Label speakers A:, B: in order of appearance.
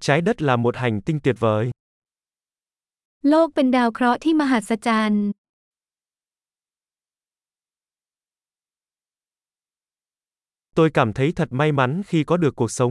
A: Trái đất là một hành tinh tuyệt vời.
B: โลกเป็นดาวเคราะห์ที่มหัศจรรย์
A: Tôi cảm thấy thật may mắn khi có được cuộc sống